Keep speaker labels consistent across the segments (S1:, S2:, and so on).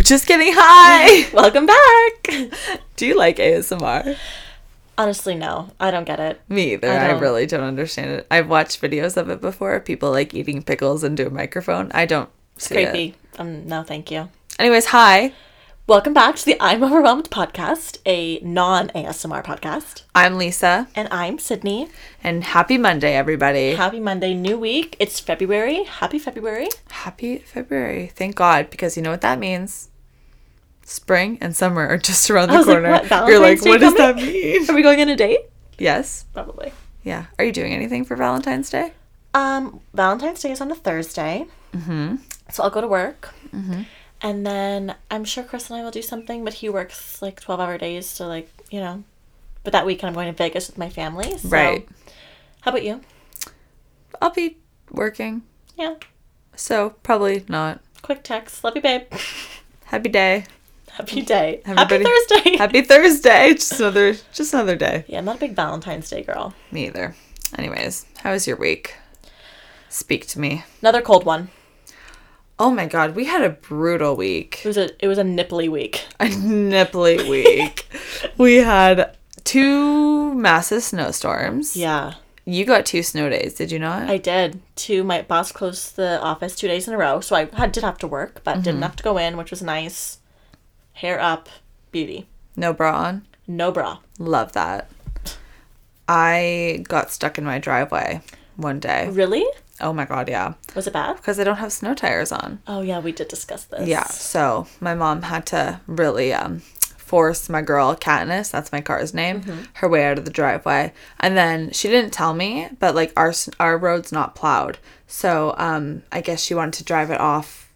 S1: Just kidding. Hi. Welcome back. Do you like ASMR?
S2: Honestly, no. I don't get it.
S1: Me either.
S2: I
S1: I,
S2: don't.
S1: really don't understand it. I've watched videos of it before. People like eating pickles into a microphone. I don't
S2: It's
S1: see it.
S2: creepy. Um, no, thank you.
S1: Anyways, hi.
S2: Welcome back to the I'm Overwhelmed podcast, a non ASMR podcast.
S1: I'm Lisa,
S2: And I'm Sydney.
S1: and happy Monday, everybody.
S2: Happy Monday, new week. It's February. Happy February.
S1: happy February. Thank God, because you know what that means. Spring and summer are just around
S2: I
S1: the
S2: was like,
S1: corner.
S2: what,
S1: You're like,
S2: Valentine's Day
S1: what does that
S2: coming?"
S1: mean?
S2: Are we going on a date?
S1: yes.
S2: Probably.
S1: Yeah. Are you doing anything for Valentine's Day?
S2: Um, Valentine's Day is on a Thursday. Mm-hmm. So I'll go to work. Mm-hmm. And then I'm sure Chris and I will do something, but he works like 12 hour days. So, like, you know. But that weekend I'm going to Vegas with my family. So.
S1: Right.
S2: How about you?
S1: I'll be working,
S2: Yeah.
S1: so probably not.
S2: Quick text. Love you, babe.
S1: Happy day.
S2: Happy day.
S1: Everybody-
S2: Happy Thursday.
S1: Happy Thursday. Just another just another day.
S2: yeah, I'm not a big Valentine's Day girl.
S1: Me either. Anyways, how was your week? Speak to me.
S2: Another cold one.
S1: Oh my god, we had a brutal
S2: It
S1: week.
S2: was a it was a nipply week.
S1: A nipply week. we had two massive snowstorms.
S2: Yeah,
S1: You got two snow days, did you not?
S2: I did. Two, my boss closed the office two days in a row, so I had, did have to work, but
S1: Mm-hmm.
S2: didn't have to go in, which was nice. Hair up, beauty,
S1: no bra on.
S2: no bra.
S1: Love that. I got stuck in my driveway one day.
S2: Really?
S1: Oh my god, yeah.
S2: Was it bad?
S1: Because I don't have snow tires on.
S2: Oh yeah, we did discuss this.
S1: Yeah. So my mom had to really um force my girl Katniss, that's my car's name,
S2: Mm-hmm.
S1: her way out of the driveway. And then she didn't tell me, but like our s- our road's not plowed. So um I guess she wanted to drive it off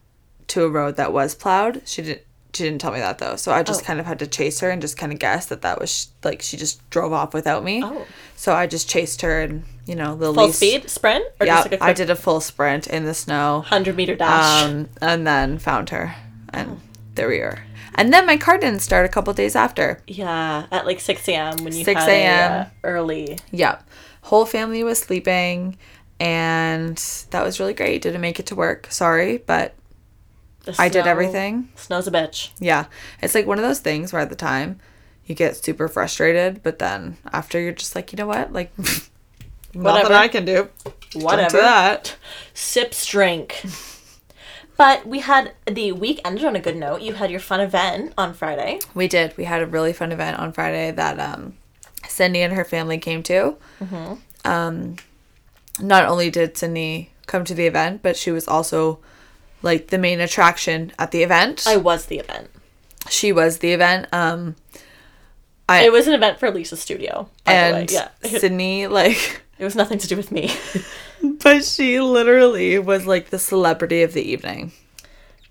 S1: to a road that was plowed. She didn't she didn't tell me that though. So I
S2: Oh.
S1: just kind of had to chase her and just kind of guess that that was sh- like she just drove off without me.
S2: Oh.
S1: So I just chased her and you know the
S2: Full
S1: least
S2: speed sprint or
S1: Yeah,
S2: just like a
S1: I
S2: quick
S1: did a full sprint in the snow
S2: hundred meter dash.
S1: um, and then found her, and there we are. And then my car didn't start a couple days after.
S2: yeah, at like six a.m. when you
S1: 6
S2: had a,
S1: a.m..
S2: uh, early.
S1: Yeah, whole family was sleeping, and that was really great. Didn't make it to work. Sorry, but
S2: the
S1: I did
S2: snow-
S1: everything.
S2: Snow's a bitch.
S1: Yeah, it's like one of those things where at the time you get super frustrated, but then after you're just like, you know what, like. Nothing
S2: Whatever.
S1: I can do. Don't do
S2: Whatever.
S1: that.
S2: sips drink. but we had the week ended on a good note. You had your fun event on Friday.
S1: We did. We had a really fun event on Friday that um, Cindy and her family came to.
S2: Mm-hmm.
S1: Um, not only did Cindy come to the event, but she was also like the main attraction at the event.
S2: I was the event.
S1: she was the event. Um, I
S2: It was an event for Lisa's studio. By
S1: and
S2: the way. yeah,
S1: Sydney like,
S2: it was nothing to do with me.
S1: but she literally was like the celebrity of the evening.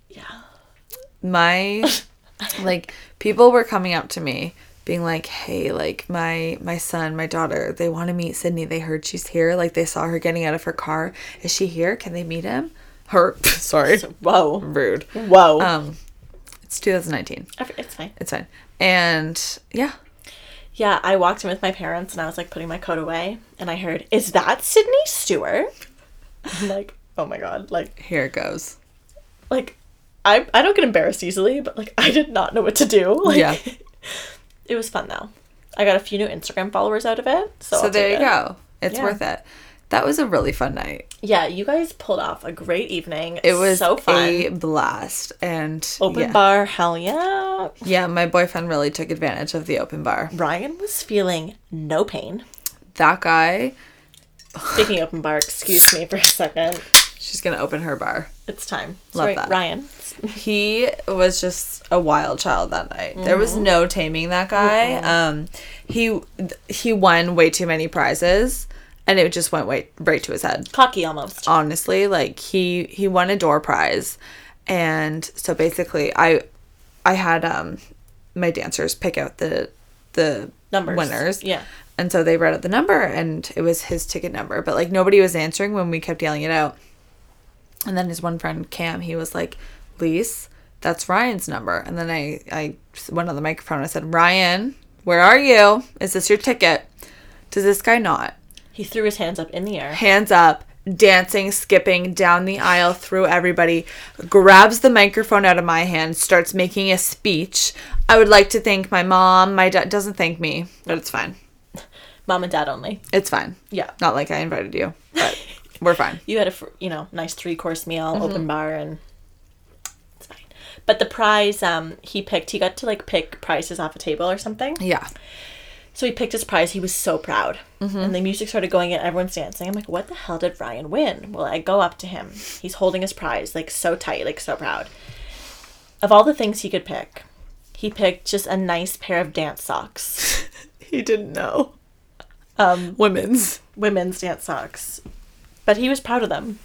S2: yeah,
S1: my like people were coming up to me being like hey like my my son my daughter they want to meet sydney they heard she's here like they saw her getting out of her car is she here can they meet him her sorry
S2: So- whoa,
S1: rude
S2: whoa.
S1: um it's 2019
S2: Every- it's fine.
S1: it's fine and yeah
S2: Yeah, I walked in with my parents and I was like putting my coat away, and I heard, "Is that Sydney Stewart?" I'm like, oh my god, like,
S1: here it goes
S2: like, I I don't get embarrassed easily, but like, I did not know what to do. Like,
S1: Yeah.
S2: it was fun though. I got a few new Instagram followers out of it.
S1: so
S2: So, I'll
S1: there
S2: take
S1: you
S2: it.
S1: go it's
S2: Yeah.
S1: worth it that was a really fun night
S2: Yeah, you guys pulled off a great evening.
S1: it was
S2: so fun.
S1: a blast and
S2: Open
S1: yeah.
S2: bar, hell yeah.
S1: yeah my boyfriend really took advantage of the open bar
S2: Ryan was feeling no pain.
S1: that guy
S2: Speaking open bar, excuse me for a second.
S1: She's gonna open her bar.
S2: It's time.
S1: Love
S2: Sorry,
S1: that.
S2: Ryan.
S1: He was just a wild child that night. There was
S2: Mm-hmm.
S1: no taming that guy. Um, he he won way too many prizes, and it just went way, right to his head.
S2: Cocky almost.
S1: Honestly, like he he won a door prize, and so basically, I I had um my dancers pick out the the
S2: Numbers.
S1: winners.
S2: Yeah.
S1: And so they read out the number and it was his ticket number, but like nobody was answering when we kept yelling it out. And then his one friend Cam, he was like, "Lise, that's Ryan's number." And then I I went on the microphone. I said, "Ryan, where are you? Is this your ticket?" Does this guy not?
S2: He threw his hands up in the air.
S1: Hands up. dancing, skipping down the aisle through everybody, grabs the microphone out of my hand, starts making a speech. I would like to thank my mom. My dad doesn't thank me, but it's fine.
S2: Mom and dad only.
S1: It's fine.
S2: Yeah.
S1: Not like I invited you, but we're fine.
S2: You had a, fr- you know, nice three course meal,
S1: Mm-hmm.
S2: open bar, and it's fine. But the prize um, he picked, he got to like pick prizes off a table or something.
S1: Yeah.
S2: So he picked his prize. He was so proud.
S1: Mm-hmm.
S2: And the music started going and everyone's dancing. I'm like, what the hell did Ryan win? Well, I go up to him. He's holding his prize, like so tight, like so proud. Of all the things he could pick, he picked just a nice pair of dance socks,
S1: He didn't know.
S2: um,
S1: Women's.
S2: women's dance socks. But he was proud of them.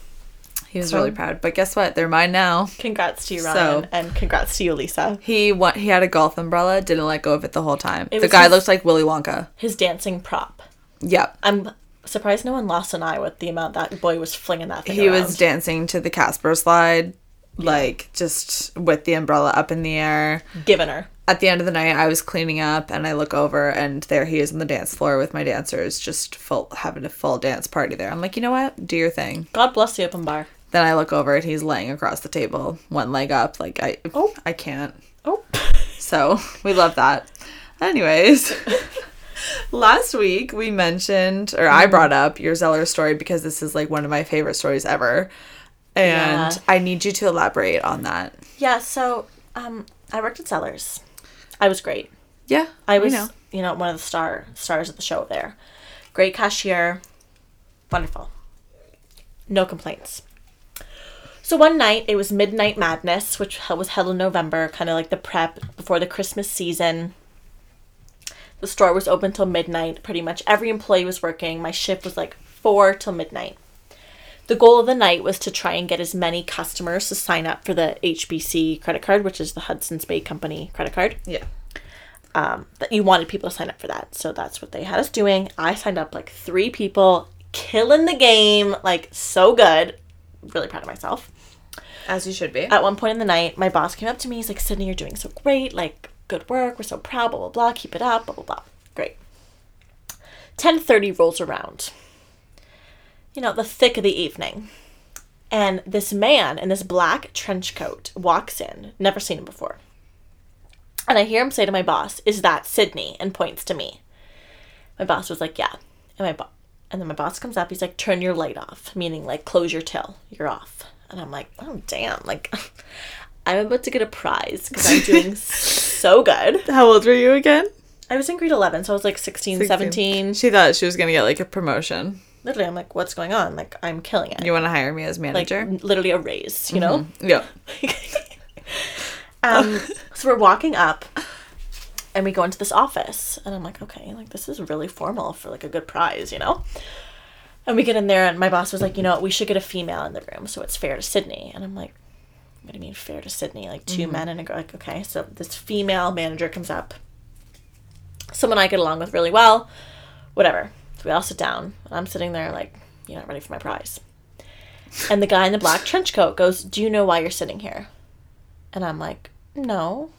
S1: He was
S2: So-
S1: really proud, but guess what? They're mine now.
S2: Congrats to you, Ryan.
S1: So-
S2: and congrats to you, Lisa.
S1: He went, he had a golf umbrella, didn't let go of it the whole time. the
S2: was
S1: guy
S2: his-
S1: looks like Willy Wonka.
S2: His dancing prop.
S1: Yep.
S2: I'm surprised no one lost an eye with the amount that boy was flinging that thing
S1: he
S2: around.
S1: was dancing to the Casper slide, like just with the umbrella up in the air.
S2: giving her.
S1: At the end of the night, I was cleaning up and I look over and there he is on the dance floor with my dancers, just full having a full dance party there. I'm like, you know what? Do your thing.
S2: God bless the open bar.
S1: Then I look over and he's laying across the table, one leg up. Like I,
S2: Oh.
S1: I can't.
S2: Oh.
S1: So we love that. Anyways, last week we mentioned, or I brought up your Zeller story because this is like one of my favorite stories ever. And
S2: Yeah.
S1: I need you to elaborate on that.
S2: Yeah, so um, I worked at Sellers. I was great.
S1: Yeah.
S2: I was,
S1: You know.
S2: you know, one of the star stars of the show there. Great cashier, wonderful. No complaints. So one night it was Midnight Madness, which hel- was held in November, kind of like the prep before the Christmas season. The store was open till midnight. Pretty much every employee was working. My shift was like four till midnight. The goal of the night was to try and get as many customers to sign up for the HBC credit card, which is the Hudson's Bay Company credit card
S1: Yeah.
S2: um, that you wanted people to sign up for that. So that's what they had us doing. I signed up like three people, killing the game, like so good. Really proud of myself.
S1: As you should be.
S2: At one point in the night, my boss came up to me. He's like, Sydney, you're doing so great. Like, good work. We're so proud. Blah blah blah. Keep it up. Blah blah blah. Great. Ten thirty rolls around. You know, the thick of the evening, and this man in this black trench coat walks in. Never seen him before. And I hear him say to my boss, "Is that Sydney?" and points to me. My boss was like, "Yeah." And my bo- and then my boss comes up. He's like, "Turn your light off," meaning like close your till. You're off. And I'm like, "Oh damn!" Like, I'm about to get a prize because I'm doing so good.
S1: How old were you again?
S2: I was in grade 11, so I was like 16, 17.
S1: She thought she was going to get like a promotion.
S2: Literally, I'm like, "What's going on?" Like, I'm killing it.
S1: You want to hire me as
S2: like,
S1: manager?
S2: literally a raise. You know.
S1: yeah.
S2: um, so we're walking up and we go into this office and i'm like okay like this is really formal for like a good prize you know and we get in there and my boss was like you know what, we should get a female in the room so it's fair to sydney and i'm like what do you mean fair to sydney like 2 men and a girl like okay so this female manager comes up someone i get along with really well whatever so we all sit down and i'm sitting there like you're not ready for my prize and the guy in the black trench coat goes do you know why you're sitting here and I'm like, no.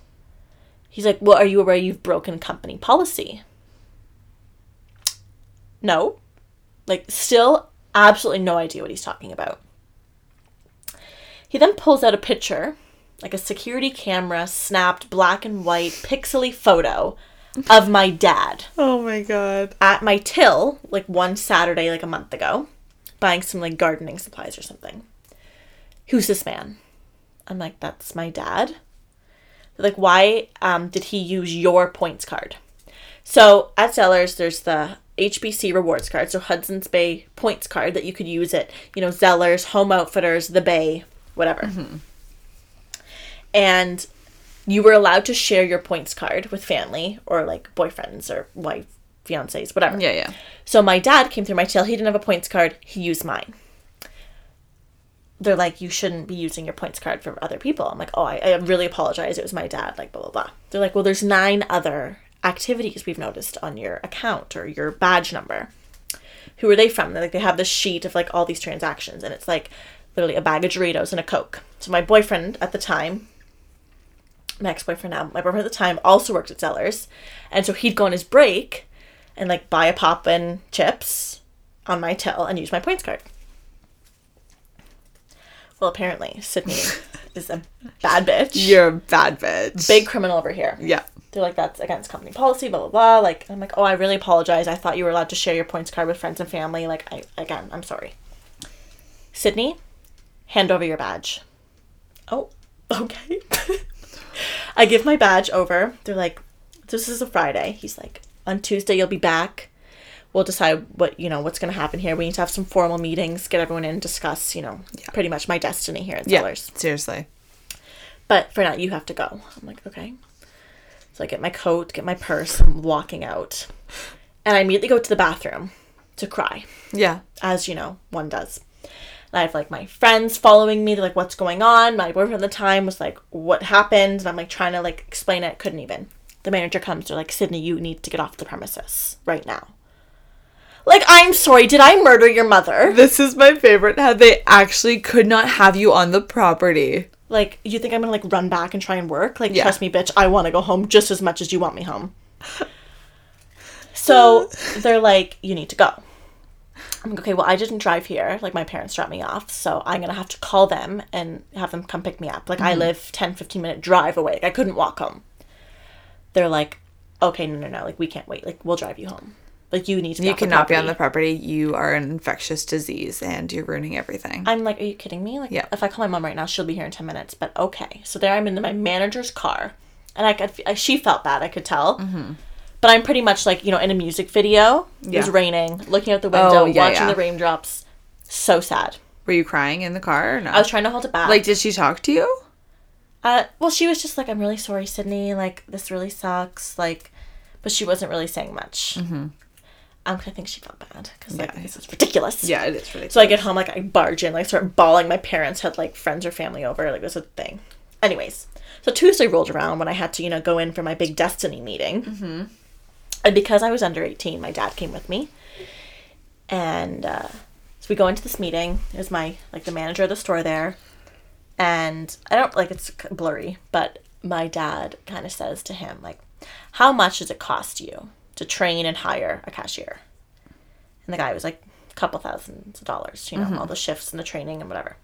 S2: He's like, well, are you aware you've broken company policy? No. Like, still absolutely no idea what he's talking about. He then pulls out a picture, like a security camera snapped black and white pixely photo of my dad
S1: Oh my God.
S2: at my till like one Saturday like a month ago, buying some like gardening supplies or something. Who's this man? I'm like, that's my dad. They're like, why um, did he use your points card? So at Zellers, there's the HBC rewards card, so Hudson's Bay points card that you could use at, you know, Zellers, Home Outfitters, the Bay, whatever. And you were allowed to share your points card with family or like boyfriends or wife, fiancés, whatever.
S1: Yeah, yeah.
S2: So my dad came through my till. He didn't have a points card. He used mine. They're like, you shouldn't be using your points card for other people. I'm like, oh, I, I really apologize. It was my dad. Like, blah blah blah. They're like, well, there's nine other activities we've noticed on your account or your badge number. Who are they from? They're like, they have this sheet of like all these transactions, and it's like literally a bag of Doritos and a Coke. So my boyfriend at the time my ex-boyfriend now, my boyfriend at the time also worked at Zellers, and so he'd go on his break and like buy a pop and chips on my till and use my points card. Well, apparently Sydney is a bad bitch.
S1: You're a bad bitch.
S2: Big criminal over here.
S1: Yeah.
S2: They're like, that's against company policy, blah, blah, blah. Like, I'm like, oh, I really apologize. I thought you were allowed to share your points card with friends and family. Like, I, again, I'm sorry. Sydney, hand over your badge. Oh, okay. I give my badge over. They're like, this is a Friday. He's like, on Tuesday, you'll be back. We'll decide what, you know, what's going to happen here. We need to have some formal meetings, get everyone in, and discuss, you know, pretty much my destiny here at
S1: Yeah.
S2: Zellers
S1: Seriously.
S2: but for now you have to go i'm like okay so i get my coat get my purse i'm walking out and i immediately go to the bathroom to cry
S1: Yeah.
S2: as you know one does and i have like my friends following me they're like what's going on my boyfriend at the time was like what happened and i'm like trying to like explain it couldn't even the manager comes they're like sydney you need to get off the premises right now like i'm sorry did i murder your mother
S1: This is my favorite how they actually could not have you on the property.
S2: like you think i'm gonna like run back and try and work like
S1: Yeah.
S2: trust me bitch i want to go home just as much as you want me home so they're like you need to go i'm like okay well i didn't drive here like my parents dropped me off so i'm gonna have to call them and have them come pick me up like i
S1: Mm-hmm.
S2: live 10 15 minute drive away like i couldn't walk home they're like okay no no no like we can't wait like we'll drive you home like you need to
S1: You
S2: off
S1: cannot be on
S2: property."
S1: the property. You are an infectious disease and you're ruining everything.
S2: I'm like, are you kidding me? Like,
S1: Yeah.
S2: if I call my mom right now, she'll be here in 10 minutes. But okay. So there I'm in my manager's car. And I could, I, she felt bad, I could tell. But I'm pretty much like, you know, in a music video. It
S1: Mm-hmm.
S2: was
S1: Yeah. Oh,
S2: raining, looking out the window,
S1: yeah,
S2: watching
S1: yeah.
S2: the raindrops. So sad.
S1: Were you crying in the car or not?
S2: I was trying to hold it back.
S1: like, did she talk to you?
S2: uh, well, she was just like, I'm really sorry, Sydney. Like, this really sucks. Like, but she wasn't really saying much. Mm-hmm. Um, 'cause I think she felt bad because like,
S1: Yeah,
S2: this is ridiculous.
S1: Yeah, it is really.
S2: So I get home, like I barge in, like start bawling. My parents had like friends or family over, like it was a thing. Anyways, so Tuesday rolled around when I had to, you know, go in for my big destiny meeting. Mm-hmm. And because I was under eighteen, my dad came with me, and uh, so we go into this meeting. It was my like the manager of the store there, and I don't like it's k- blurry, but my dad kind of says to him like, "How much does it cost you to train and hire a cashier?" And the guy was like, a couple thousands of dollars, you know, all the shifts and the training and whatever.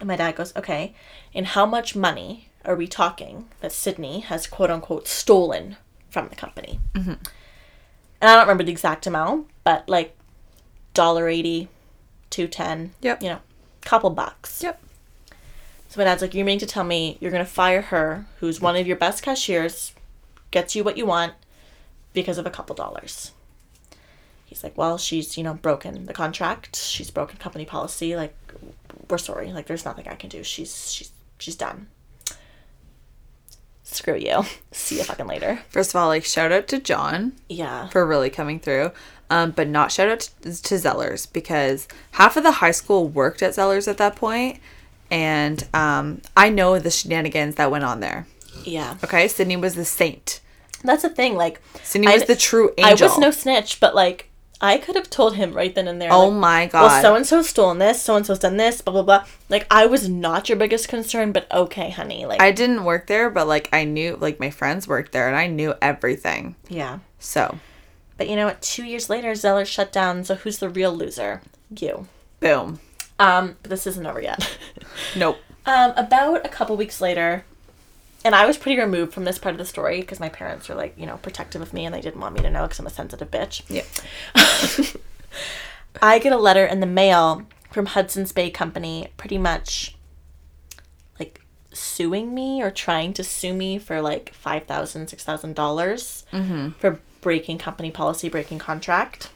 S2: And my dad goes, okay, and how much money are we talking that Sydney has quote unquote stolen from the company? Mm-hmm. And I don't remember the exact amount, but like dollar eighty, two ten,
S1: Yep.
S2: you know, couple bucks.
S1: Yep.
S2: So my dad's like, you mean to tell me you're gonna fire her, who's one of your best cashiers, gets you what you want, because of a couple dollars. He's like, well, she's you know broken the contract, she's broken company policy. Like, we're sorry. Like, there's nothing I can do. She's she's she's done. Screw you. See you fucking later.
S1: First of all, like shout out to John
S2: Yeah.
S1: for really coming through, um, but not shout out to, to Zellers because half of the high school worked at Zellers at that point, and um, I know the shenanigans that went on there.
S2: Yeah.
S1: Okay, Sydney was the saint.
S2: That's the thing. Like,
S1: Sydney
S2: I-
S1: was the true
S2: I
S1: angel.
S2: was no snitch, but like I could have told him right then and there.
S1: Oh
S2: like,
S1: my
S2: Well,
S1: God.
S2: so and so's stolen this. So and so's done this. Blah blah blah. Like I was not your biggest concern, but okay, honey. Like
S1: I didn't work there, but like I knew, like my friends worked there, and I knew everything.
S2: yeah.
S1: So,
S2: But you know what? Two years later, Zeller shut down. So who's the real loser? You.
S1: boom.
S2: Um, but this isn't over yet.
S1: Nope.
S2: um, about a couple weeks later, and I was pretty removed from this part of the story because my parents were like, you know, protective of me, and they didn't want me to know because I'm a sensitive bitch.
S1: Yeah.
S2: I get a letter in the mail from Hudson's Bay Company, pretty much like suing me or trying to sue me for like five thousand, six thousand dollars
S1: Mm-hmm.
S2: for breaking company policy, breaking contract.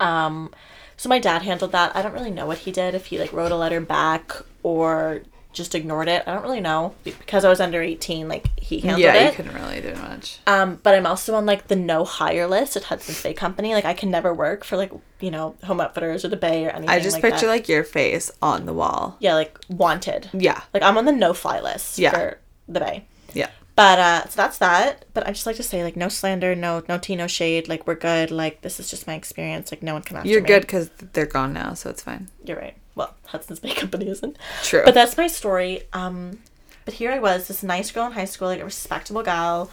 S2: Um, so my dad handled that. I don't really know what he did. If he like wrote a letter back or just ignored it, I don't really know Be- because I was under eighteen. Like he handled
S1: Yeah,
S2: it.
S1: you couldn't really do much.
S2: Um, but I'm also on like the no hire list at Hudson's Bay Company. Like I can never work for like you know Home Outfitters or the Bay or anything.
S1: I just picture
S2: that.
S1: like your face on the wall.
S2: yeah, like wanted.
S1: Yeah.
S2: Like I'm on the no fly list
S1: Yeah.
S2: for the Bay.
S1: Yeah.
S2: But uh, so that's that. But I just like to say like no slander, no no tea, no shade. Like we're good. Like this is just my experience. Like no one come after
S1: You're
S2: me.
S1: good because they're gone now, so it's fine.
S2: You're right. Well, Hudson's Bay Company isn't.
S1: True.
S2: But that's my story. Um, but here I was, this nice girl in high school, like a respectable gal,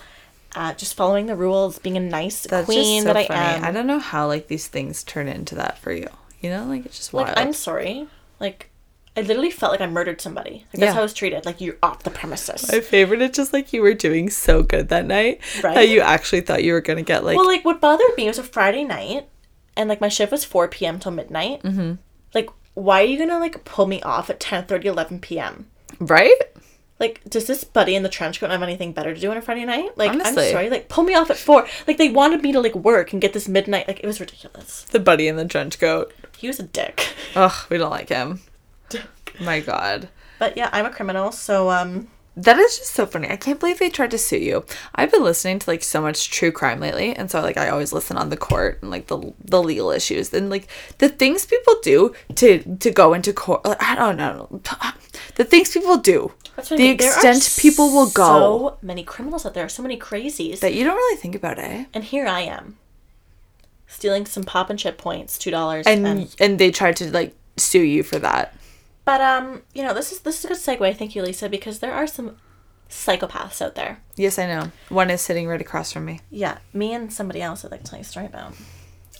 S2: uh, just following the rules, being a nice
S1: That's
S2: queen
S1: just so
S2: that
S1: funny.
S2: I am.
S1: I don't know how like these things turn into that for you. You know, like it's just wild.
S2: Like, I'm sorry. Like, I literally felt like I murdered somebody. Like,
S1: Yeah.
S2: That's how I was treated. Like you're off the premises.
S1: My favorite is just like you were doing so good that night that
S2: Right?
S1: you actually thought you were gonna get like
S2: well, like what bothered me was a Friday night, and like my shift was four p.m. till midnight. Mm-hmm. Like, why are you gonna like pull me off at 10, 11 p.m.?
S1: right.
S2: Like, does this buddy in the trench coat have anything better to do on a Friday night? Like,
S1: Honestly.
S2: I'm sorry, like pull me off at four. Like they wanted me to like work and get this midnight. Like it was ridiculous.
S1: The buddy in the trench coat.
S2: He was a dick.
S1: Ugh, we don't like him. My God.
S2: But yeah, I'm a criminal, so um,
S1: That is just so funny. I can't believe they tried to sue you. I've been listening to like so much true crime lately, and so like I always listen on the court and like the the legal issues and like the things people do to to go into court. Like, I don't know the things people do,
S2: that's what I
S1: the
S2: mean. There are
S1: extent people will go
S2: So many criminals out there. So many crazies.
S1: that you don't really think about it.
S2: and here I am, stealing some pop and chip points, two dollars.
S1: And and they tried to like sue you for that.
S2: but um, you know, this is this is a good segue. Thank you, Lisa, because there are some psychopaths out there.
S1: Yes, I know. One is sitting right across from me.
S2: Yeah, me and somebody else I'd like to tell you a story about.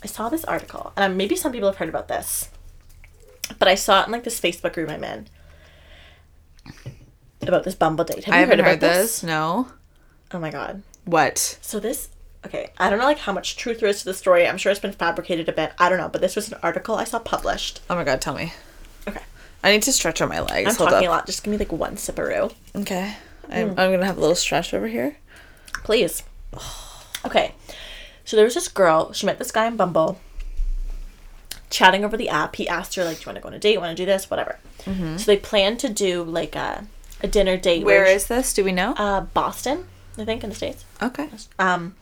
S2: I saw this article, and um, maybe some people have heard about this, but I saw it in like this Facebook group I'm in about this Bumble date. Have
S1: I
S2: you
S1: haven't
S2: heard about
S1: heard this. No.
S2: Oh my god.
S1: What?
S2: So this okay, I don't know like how much truth there is to the story. I'm sure it's been fabricated a bit. I don't know, but this was an article I saw published.
S1: Oh my God, tell me.
S2: Okay.
S1: I need to stretch out my legs.
S2: I'm
S1: Hold
S2: talking Hmm. a
S1: up.
S2: lot. Just give me like one sipperoo.
S1: Okay. I'm, I'm gonna have a little stretch over here.
S2: Please. Okay. So there was this girl, she met this guy in Bumble. Chatting over the app, he asked her like, "Do you want to go on a date? Want to do this? Whatever." So they planned to do like a, a dinner date.
S1: Mm-hmm. Where
S2: she-
S1: is this? Do we know?
S2: uh, Boston? I think in the states.
S1: okay.
S2: Um,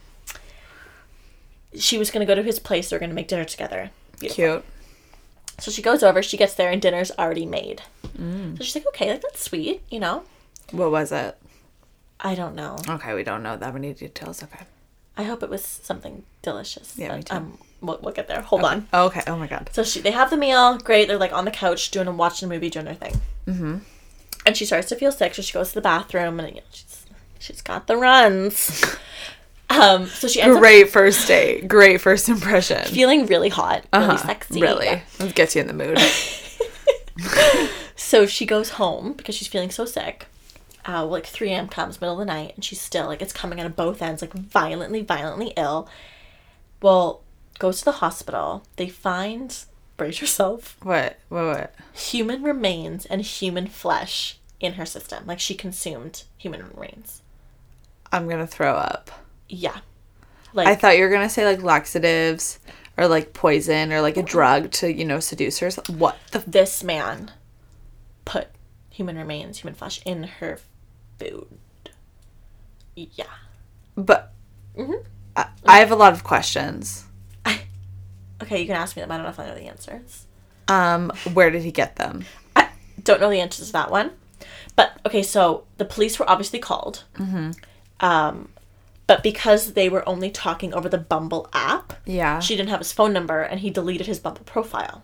S2: she was gonna go to his place. They were gonna make dinner together. Beautiful.
S1: Cute.
S2: So she goes over, she gets there, and dinner's already made.
S1: Mm.
S2: So she's like, okay, like that's sweet, you know?
S1: What was it?
S2: I don't know.
S1: Okay, we don't know that many details. Okay.
S2: I hope it was something delicious.
S1: Yeah, me too.
S2: Um, we'll, we'll get there. Hold on.
S1: Okay. Oh my God.
S2: So she, they have the meal. Great. They're like on the couch doing a watching a movie, doing their thing. Mm-hmm. And she starts to feel sick, so she goes to the bathroom, and you know, she's she's got the runs. um, so she ends up
S1: Great first date. Great first impression.
S2: feeling really hot, really
S1: Uh-huh,
S2: sexy,
S1: Really.
S2: Yeah.
S1: It gets you in the mood.
S2: So she goes home because she's feeling so sick. Uh, like 3 a.m. comes, middle of the night, and she's still like it's coming out of both ends, like violently, violently ill. Well, goes to the hospital. They find, brace yourself,
S1: what? What? What?
S2: human remains and human flesh in her system. Like she consumed human remains.
S1: I'm gonna throw up.
S2: Yeah.
S1: I
S2: Like
S1: thought you were gonna say like laxatives or like poison or like a drug to you know seduce her. or something. What the? F-
S2: this man put human remains, human flesh in her food. Yeah.
S1: but. I, I have a lot of questions.
S2: Okay, you can ask me them. I don't know if I know the answers.
S1: Um, where did he get them?
S2: I don't know the answers to that one. But okay, so the police were obviously called. Mm-hmm. Um, but because they were only talking over the Bumble app,
S1: Yeah.
S2: she didn't have his phone number and he deleted his Bumble profile.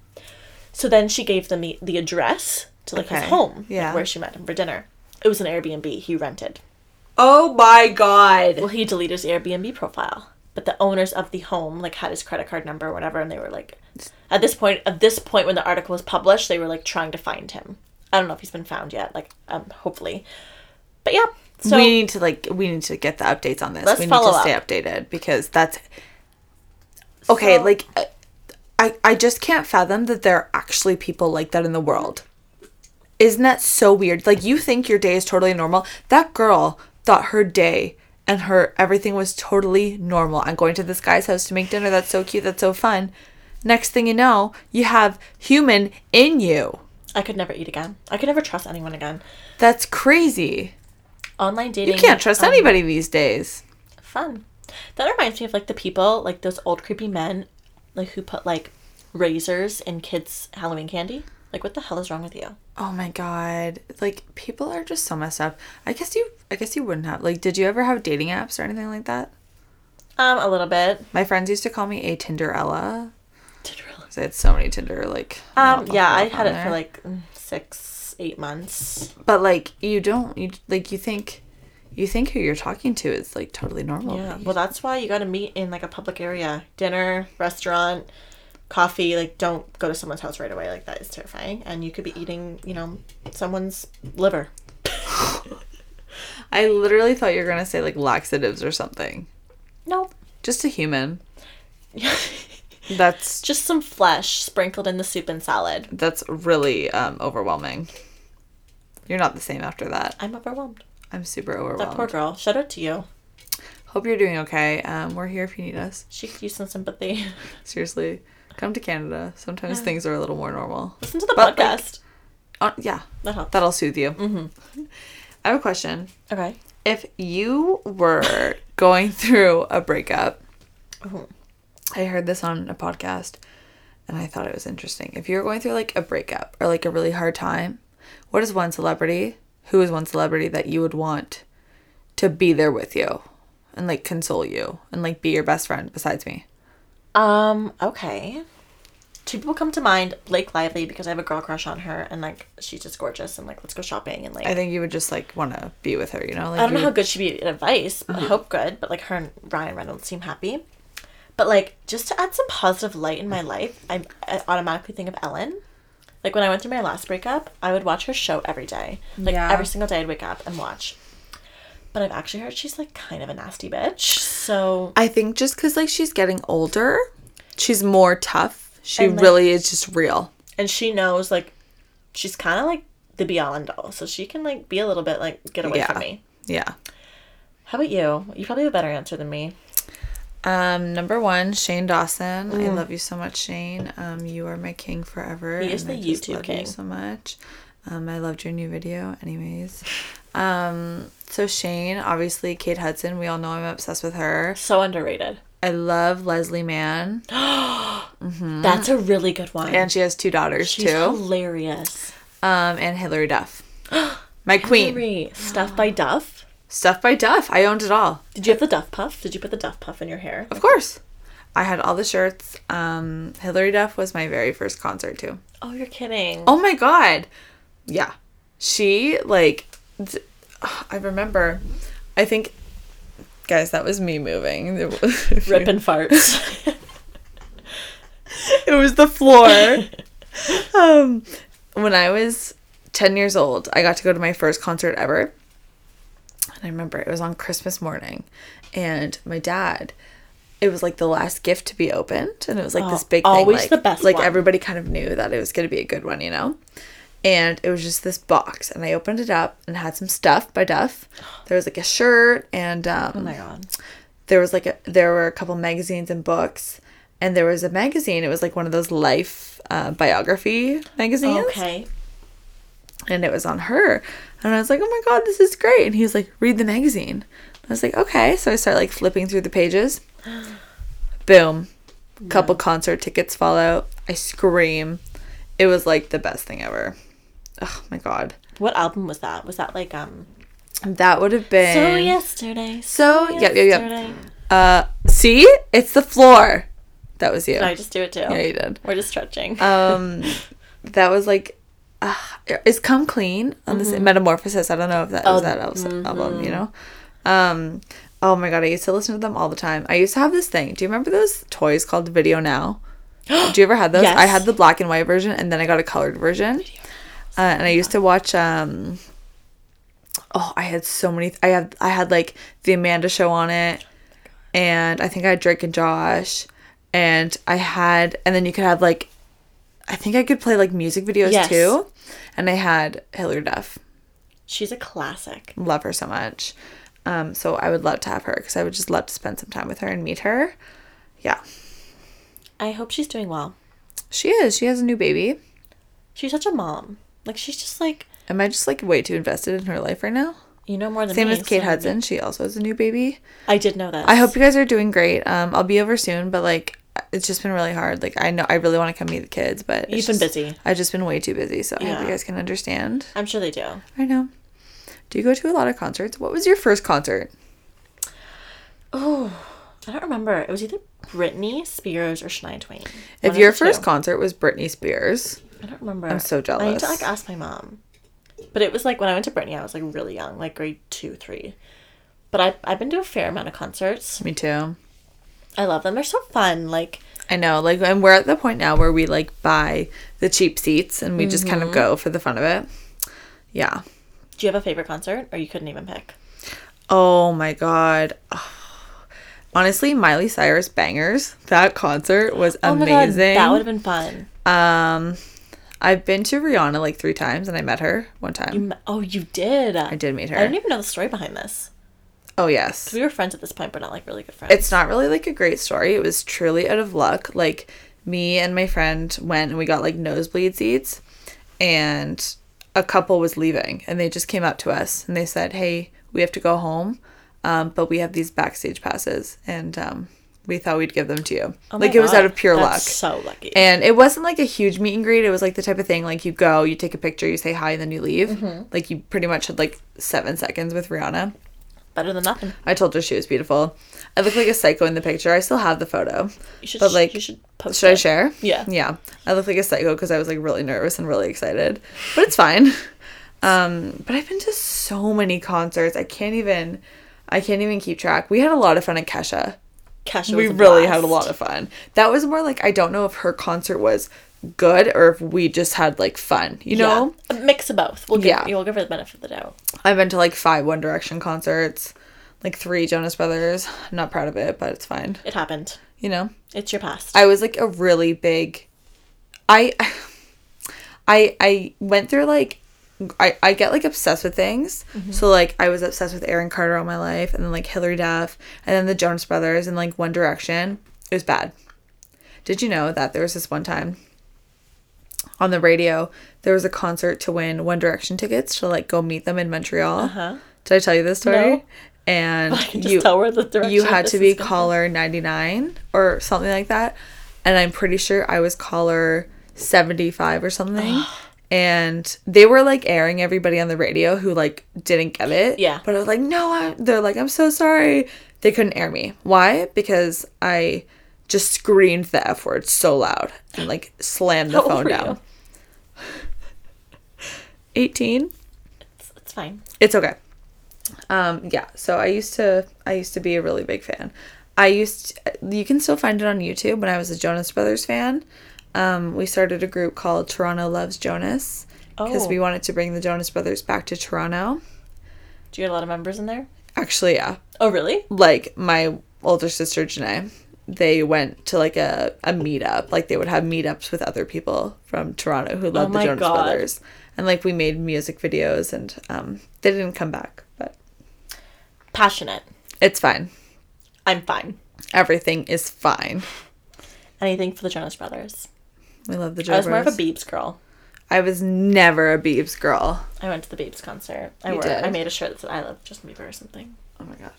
S2: So then she gave them the, the address to like
S1: Okay,
S2: his home, like,
S1: yeah.
S2: where she met him for dinner. It was an Airbnb he rented.
S1: oh my god.
S2: Well, he deleted his Airbnb profile, but the owners of the home like had his credit card number or whatever, and they were like, at this point, at this point when the article was published, they were like trying to find him. I don't know if he's been found yet. Like, um, hopefully, but yeah. So
S1: we need to like we need to get the updates on this.
S2: Let's
S1: we need
S2: follow
S1: to stay updated because that's okay.
S2: So-
S1: like I I just can't fathom that there are actually people like that in the world. Isn't that so weird? Like you think your day is totally normal. That girl thought her day and her everything was totally normal. I'm going to this guy's house to make dinner. That's so cute. That's so fun. Next thing you know, you have human in you.
S2: I could never eat again. I could never trust anyone again.
S1: That's crazy.
S2: Online dating.
S1: You can't trust
S2: um,
S1: anybody these days.
S2: Fun. That reminds me of like the people, like those old creepy men, like who put like razors in kids' Halloween candy. Like, what the hell is wrong with you?
S1: Oh my god. Like people are just so messed up. I guess you I guess you wouldn't have like did you ever have dating apps or anything like that?
S2: Um, a little bit.
S1: My friends used to call me a Tinderella.
S2: Did really.
S1: 'cause I had so many Tinder like
S2: Um,
S1: not
S2: yeah, I
S1: up
S2: had
S1: on
S2: it for
S1: there.
S2: like mm, six, eight months.
S1: But like you don't you like you think you think who you're talking to is like totally normal.
S2: Yeah.
S1: but you-
S2: Well, that's why you got to meet in like a public area, dinner, restaurant, coffee, like don't go to someone's house right away. Like that is terrifying, and you could be eating, you know, someone's liver.
S1: I literally thought you were gonna say like laxatives or something.
S2: Nope.
S1: Just a human. That's
S2: Just some flesh sprinkled in the soup and salad.
S1: that's really um, overwhelming. You're not the same after that.
S2: I'm overwhelmed.
S1: I'm super
S2: That poor
S1: overwhelmed.
S2: girl. Shout out to you.
S1: Hope you're doing okay. Um, we're here if you need us.
S2: She could use some sympathy.
S1: Seriously, come to Canada. Sometimes things are a little more normal.
S2: Listen to the
S1: But, like-
S2: podcast.
S1: Uh, yeah,
S2: that helps.
S1: that'll soothe you. Mm-hmm. I have a question.
S2: okay.
S1: If you were going through a breakup,
S2: Mhm.
S1: I heard this on a podcast and I thought it was interesting. If you were going through like a breakup or like a really hard time, what is one celebrity? Who is one celebrity that you would want to be there with you and like console you and like be your best friend besides me?
S2: Um, okay. Two people come to mind, Blake Lively, because I have a girl crush on her and like she's just gorgeous and like let's go shopping and like
S1: I
S2: I,
S1: think you would just like want to be with her, you know? Like
S2: don't know
S1: you
S2: how
S1: would-
S2: good she'd be at advice, but I
S1: Mm-hmm.
S2: hope good, but like her and Ryan Reynolds seem happy. But like just to add some positive light in my life, I, I automatically think of Ellen. Like when I went through my last breakup, I would watch her show every day. Like
S1: Yeah.
S2: every single day I'd wake up and watch. But I've actually heard she's like kind of a nasty bitch. So
S1: I think just because like she's getting older, she's more tough. She
S2: And, like-
S1: really is just real.
S2: and she knows like she's kind of like the beyond all so she can like be a little bit like get away
S1: Yeah.
S2: from me
S1: Yeah.
S2: how about you you probably have a better answer than me
S1: Um, number one, Shane Dawson. I love you so much, Shane. Um, you are my king forever.
S2: He is
S1: and
S2: the
S1: I just
S2: YouTube
S1: love
S2: king.
S1: You so much. Um, I loved your new video. Anyways, um, so Shane, obviously, Kate Hudson. We all know I'm obsessed with her.
S2: so underrated
S1: I love Leslie Mann,
S2: that's a really good one
S1: and she has two daughters
S2: she's
S1: too.
S2: hilarious
S1: Um, and Hilary Duff, my queen.
S2: Three. stuff by duff
S1: Stuff by Duff. I owned it all.
S2: did you have the duff puff did you put the duff puff in your hair
S1: Of course. I had all the shirts. Um, Hillary Duff was my very first concert too.
S2: oh you're kidding
S1: Oh my god. Yeah. She like d- I remember I think guys that was me moving. It was,
S2: rip and farts
S1: it was the floor. um when I was 10 years old, I got to go to my first concert ever. And I remember it was on Christmas morning and my dad it was like the last gift to be opened and it was like
S2: Oh,
S1: this big
S2: always
S1: thing like,
S2: the best
S1: like
S2: one.
S1: everybody kind of knew that it was going to be a good one, you know. And it was just this box and I opened it up and had some stuff by Duff. There was like a shirt and um
S2: oh my god
S1: there was like a, there were a couple magazines and books and there was a magazine it was like one of those life uh, biography magazines
S2: okay
S1: and it was on her and i was like oh my god this is great and he was like read the magazine i was like okay so i start like flipping through the pages boom couple concert tickets fall out i scream it was like the best thing ever oh my god
S2: what album was that was that like um
S1: that would have been
S2: so yesterday
S1: So- yep, yep, yep.
S2: yesterday.
S1: uh see it's the floor that was you
S2: Did i just do it too
S1: yeah you did
S2: we're just stretching
S1: Oh. um that was like uh, it's come clean on this metamorphosis i don't know if that was that al- Mm-hmm. album Mm-hmm. you know um oh my god i used to listen to them all the time i used to have this thing do you remember those toys called video now do you ever had those i
S2: Yes.
S1: had the black and white version and then i got a colored version uh, and i used to watch um oh i had so many i had i had like the amanda show on
S2: Oh
S1: it and i think i had drake and josh and i had and then you could have like I think I could play like music videos
S2: Yes.
S1: too. And I had Hilary Duff.
S2: she's a classic
S1: Love her so much. Um, so I would love to have her because I would just love to spend some time with her and meet her. Yeah.
S2: i hope she's doing well
S1: She is. She has a new baby.
S2: She's such a mom. Like she's just like
S1: Am I just like way too invested in her life right now?
S2: you know more than
S1: Same
S2: me,
S1: as Kate
S2: so-
S1: Hudson. She also has a new baby.
S2: I did know that.
S1: I hope you guys are doing great. Um, I'll be over soon, but like it's just been really hard. Like I know I really want to come meet the kids, but it's
S2: You've been
S1: just-
S2: busy.
S1: I've just been way too busy, so I hope
S2: Yeah.
S1: you guys can understand.
S2: I'm sure they do.
S1: I know. Do you go to a lot of concerts? What was your first concert?
S2: I don't remember. It was either Britney Spears or Shania Twain. One
S1: If
S2: of
S1: your
S2: the
S1: first
S2: two.
S1: concert was Britney Spears,
S2: I don't remember.
S1: I'm so
S2: I need
S1: jealous.
S2: to like ask my mom. But it was like when I went to Britney, I was like really young, like grade two, three. But I I've been to a fair amount of concerts.
S1: me too.
S2: I love them. They're so fun. Like
S1: I know, like, and we're at the point now where we like buy the cheap seats and we just
S2: Mm-hmm.
S1: kind of go for the fun of it. Yeah.
S2: Do you have a favorite concert, or you couldn't even pick?
S1: Oh my god. Honestly, Miley Cyrus bangers. That concert was amazing.
S2: Oh that would have been fun.
S1: um, I've been to Rihanna like three times, and I met her one time.
S2: You m- Oh, you did.
S1: I did meet
S2: I
S1: her.
S2: don't even know the story behind this.
S1: Oh yes.
S2: We were friends at this point, but not like really good friends.
S1: it's not really like a great story. It was truly out of luck. Like me and my friend went and we got like nosebleed seats and a couple was leaving and they just came up to us and they said, "Hey, we have to go home, um, but we have these backstage passes and um, we thought we'd give them to you."
S2: Oh my
S1: like it was
S2: God,
S1: out of pure
S2: that's
S1: luck.
S2: So lucky.
S1: And it wasn't like a huge meet and greet. It was like the type of thing like you go, you take a picture, you say hi, and then you leave.
S2: Mm-hmm.
S1: Like you pretty much had like seven seconds with Rihanna.
S2: Better than nothing.
S1: I told her she was beautiful. I look like a psycho in the picture. I still have the photo.
S2: You should.
S1: But, like,
S2: you should post.
S1: Should I
S2: it.
S1: share?
S2: Yeah.
S1: Yeah. I look like a psycho because I was like really nervous and really excited. But it's fine. Um, but I've been to so many concerts. I can't even I can't even keep track. We had a lot of fun at Kesha.
S2: Kesha
S1: we
S2: was
S1: really had a lot of fun. That was more like I don't know if her concert was good or if we just had like fun, you know?
S2: a mix of both. We'll give,
S1: Yeah.
S2: yeah. We'll give her the benefit of the doubt.
S1: I've been to like five One Direction concerts, like three Jonas Brothers. I'm not proud of it, but it's fine.
S2: It happened.
S1: You know?
S2: It's your past.
S1: I was like a really big I I I went through like I, I get like obsessed with things.
S2: Mm-hmm.
S1: So like I was obsessed with Aaron Carter all my life and then like Hillary Duff and then the Jonas Brothers and like One Direction. It was bad. Did you know that there was this one time on the radio there was a concert to win One Direction tickets to like go meet them in Montreal.
S2: huh?
S1: Did I tell you this story?
S2: Uh-huh. No.
S1: And
S2: I can just
S1: you
S2: tell where the direction.
S1: you had
S2: this
S1: to be
S2: is going.
S1: caller 99 or something like that and i'm pretty sure i was caller 75 or something and they were like airing everybody on the radio who like didn't get it
S2: Yeah.
S1: but i was like no I, they're like i'm so sorry they couldn't air me why because i just screamed the f word so loud and like slammed the
S2: How old
S1: phone
S2: were
S1: down
S2: you?
S1: 18
S2: It's, it's fine.
S1: it's okay um yeah so i used to i used to be a really big fan i used you can still find it on youtube when i was a jonas brothers fan um we started a group called toronto loves jonas because
S2: Oh.
S1: we wanted to bring the jonas brothers back to toronto
S2: Do you get a lot of members in there?
S1: actually yeah
S2: Oh, really?
S1: like my older sister Janae, they went to like a, a meetup. Like they would have meetups with other people from Toronto who loved the
S2: Oh my
S1: Jonas
S2: God.
S1: Brothers. And like we made music videos and um they didn't come back, but
S2: Passionate.
S1: it's fine.
S2: I'm fine.
S1: Everything is fine.
S2: Anything for the Jonas Brothers.
S1: We love the
S2: I was
S1: Jonas
S2: more of
S1: Brothers.
S2: a Biebs girl.
S1: I was never a Biebs girl.
S2: I went to the Biebs concert. I
S1: You
S2: wore.
S1: did?
S2: I made a shirt that said "I love Justin Bieber" or something.
S1: Oh my god.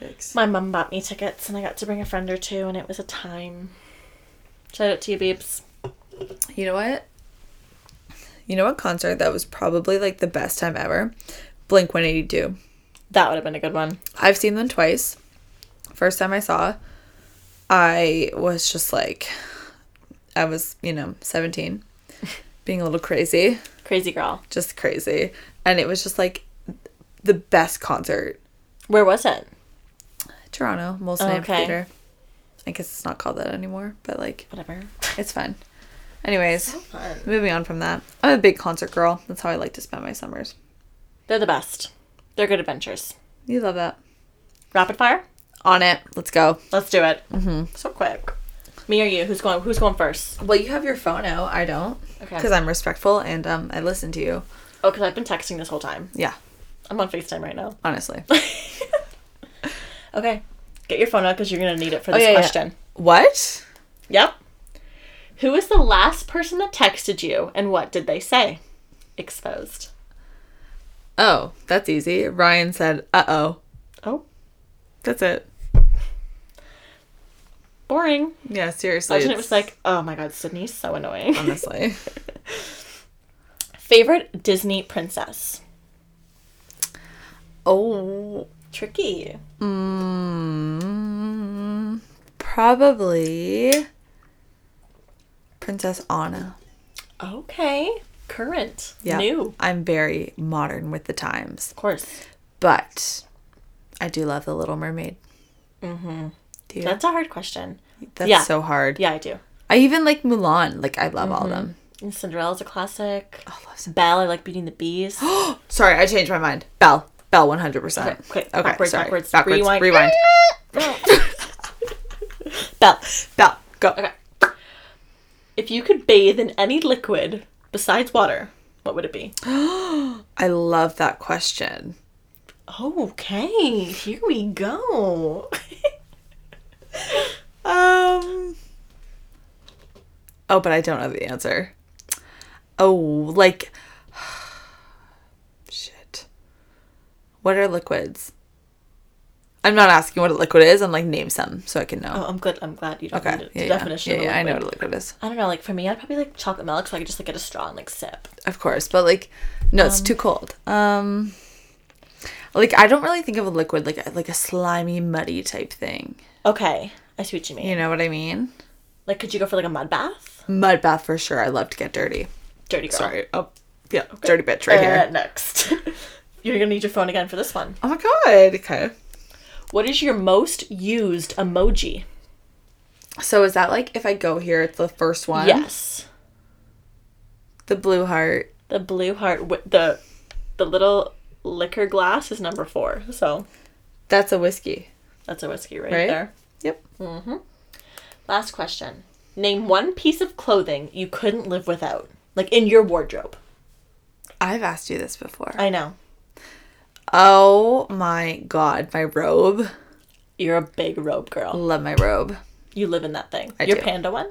S1: Yikes.
S2: My mum bought me tickets, and I got to bring a friend or two, and it was a time. Shout out to you, Biebs.
S1: You know what? You know what concert that was probably like the best time ever? Blink 182.
S2: That would have been a good one.
S1: I've seen them twice. First time I saw, I was just like, I was, you know, 17, being a little crazy,
S2: Crazy girl.
S1: just crazy. And it was just like the best concert.
S2: Where was it?
S1: Toronto, Molson
S2: Okay.
S1: Amphitheater. I guess it's not called that anymore, but like,
S2: Whatever.
S1: it's fun. Anyways,
S2: Fun.
S1: moving on from that. I'm a big concert girl. That's how I like to spend my summers.
S2: They're the best. They're good adventures.
S1: You love that.
S2: Rapid fire.
S1: On it. Let's go.
S2: Let's do it. Mm-hmm. So quick. Me or you? Who's going? Who's going first?
S1: Well, you have your phone out. I don't.
S2: Okay.
S1: Because I'm respectful and um, I listen to you.
S2: Oh, because I've been texting this whole time.
S1: Yeah,
S2: I'm on Facetime right now.
S1: honestly.
S2: Okay. Get your phone out because you're gonna need it for
S1: Oh,
S2: this
S1: yeah, yeah.
S2: question.
S1: what?
S2: Yep. Who was the last person that texted you and what did they say? Exposed.
S1: Oh, that's easy. Ryan said, "Uh oh."
S2: Oh,
S1: That's it.
S2: boring.
S1: Yeah, seriously.
S2: Imagine it
S1: it's-
S2: was like, oh my god, Sydney's so annoying.
S1: honestly.
S2: Favorite Disney princess?
S1: oh,
S2: Tricky.
S1: mm, probably Princess Anna.
S2: Okay. Current.
S1: Yeah,
S2: New.
S1: I'm very modern with the times,
S2: Of course.
S1: but I do love the Little Mermaid. Mm-hmm. Do you?
S2: That's a hard question.
S1: That's
S2: Yeah.
S1: so hard.
S2: Yeah, Mm-hmm. I do.
S1: I even like Mulan. Like I love all of them.
S2: And Cinderella's a classic.
S1: I love Cinderella.
S2: Belle, I like Beauty and the Beast.
S1: Sorry, I changed my mind. Belle. Belle 100%.
S2: Okay, quick,
S1: Okay,
S2: backwards,
S1: sorry.
S2: backwards,
S1: Backwards. Rewind.
S2: rewind. Belle.
S1: Belle. Go.
S2: Okay. If you could bathe in any liquid besides water, what would it be?
S1: I love that question.
S2: Okay, here we go.
S1: Um. Oh, but I don't know the answer. Oh, like. Shit. What are liquids? I'm not asking what a liquid is. I'm like, name some so I can know.
S2: oh, I'm good. I'm glad you don't
S1: okay.
S2: need it.
S1: Yeah,
S2: the
S1: yeah.
S2: definition.
S1: Yeah,
S2: of a
S1: yeah, I know what a
S2: liquid.
S1: liquid is.
S2: I don't know. Like for me, I'd probably like chocolate milk, so I could just like get a straw and like sip.
S1: Of course, but like, no, it's too cold. Um, like I don't really think of a liquid like like a slimy, muddy type thing.
S2: Okay, I see what you mean.
S1: You know what I mean?
S2: Like, could you go for like a mud bath?
S1: Mud bath for sure. I love to get dirty.
S2: Dirty girl.
S1: Sorry. Oh, yeah, dirty bitch right
S2: Uh,
S1: here.
S2: Next, you're gonna need your phone again for this one.
S1: Oh my god. Okay.
S2: What is your most used emoji?
S1: So is that like if I go here, it's the first one?
S2: Yes,
S1: The blue heart.
S2: the blue heart. Wi- the the little liquor glass is number four. So
S1: That's a whiskey.
S2: that's a whiskey right,
S1: Right?
S2: there.
S1: Yep.
S2: Last question. Name one piece of clothing you couldn't live without, like in your wardrobe.
S1: I've asked you this before.
S2: I know
S1: oh my god, my robe.
S2: you're a big robe girl.
S1: Love my robe.
S2: You live in that thing.
S1: I
S2: your
S1: do.
S2: panda one.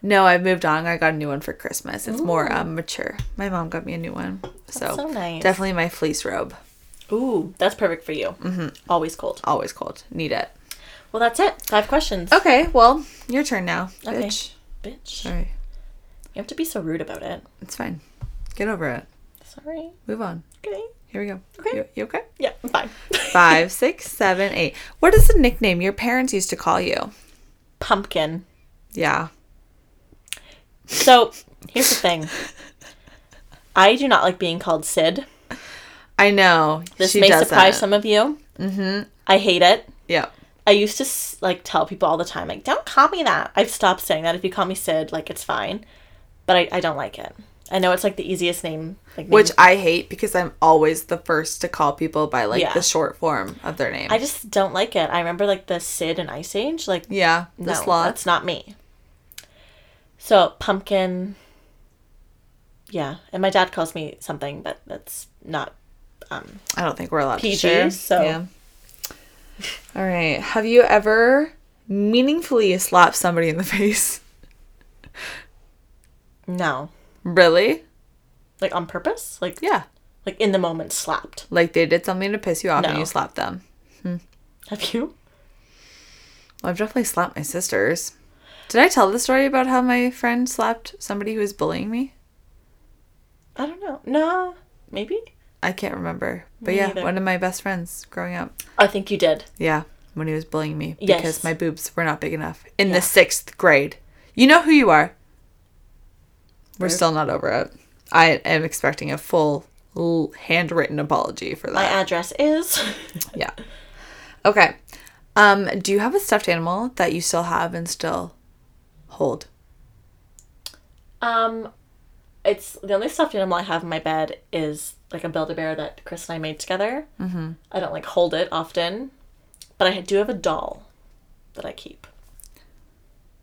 S1: No, I've moved on. I got a new one for Christmas. It's more um, mature. My mom got me a new one. So,
S2: so nice.
S1: definitely my fleece robe.
S2: Ooh, that's perfect for you. Mm-hmm. Always cold.
S1: Always cold. Need it.
S2: Well, that's it. Five questions.
S1: Okay, well, your turn now,
S2: Okay.
S1: bitch.
S2: Bitch,
S1: All right.
S2: you have to be so rude about it.
S1: It's fine. Get over it.
S2: Sorry.
S1: Move on.
S2: Okay.
S1: Here we go.
S2: Okay.
S1: You, you okay?
S2: Yeah, I'm fine.
S1: Five, six, seven, eight. What is the nickname your parents used to call you?
S2: Pumpkin.
S1: Yeah.
S2: So here's the thing. I do not like being called Sid.
S1: I know.
S2: This
S1: she
S2: may
S1: doesn't.
S2: surprise some of you. Mm-hmm. I hate it.
S1: Yep.
S2: I used to s- like tell people all the time, like, don't call me that. I've stopped saying that. If you call me Sid, like, it's fine, but I, I don't like it. I know it's like the easiest name, like, name-
S1: Which I hate because I'm always the first to call people by like
S2: Yeah.
S1: the short form of their name.
S2: I just don't like it. I remember like the Sid and Ice Age, like,
S1: yeah. The
S2: no,
S1: sloth.
S2: that's not me. So pumpkin, yeah, and my dad calls me something, but that's not. Um,
S1: I don't think we're allowed
S2: PG,
S1: to share.
S2: so-
S1: All right. Have you ever meaningfully slapped somebody in the face?
S2: no,
S1: Really?
S2: like on purpose, like
S1: Yeah.
S2: like in the moment, slapped.
S1: Like they did something to piss you off and
S2: No.
S1: you slapped them.
S2: Have you?
S1: Well, I've definitely slapped my sisters. Did I tell the story about how my friend slapped somebody who was bullying me?
S2: I don't know. No, maybe.
S1: I can't remember. But
S2: Me
S1: yeah,
S2: neither.
S1: one of my best friends growing up.
S2: I think you did.
S1: Yeah, when he was bullying me
S2: Yes.
S1: because my boobs were not big enough in
S2: Yeah.
S1: the sixth grade. You know who you are. We're still not over it. I am expecting a full l- handwritten apology for
S2: My
S1: that.
S2: address is.
S1: yeah. Okay. Um, do you have a stuffed animal that you still have and still hold?
S2: Um, it's the only stuffed animal I have in my bed is like a build a bear that Chris and I made together. Mm-hmm. I don't like hold it often, but I do have a doll that I keep.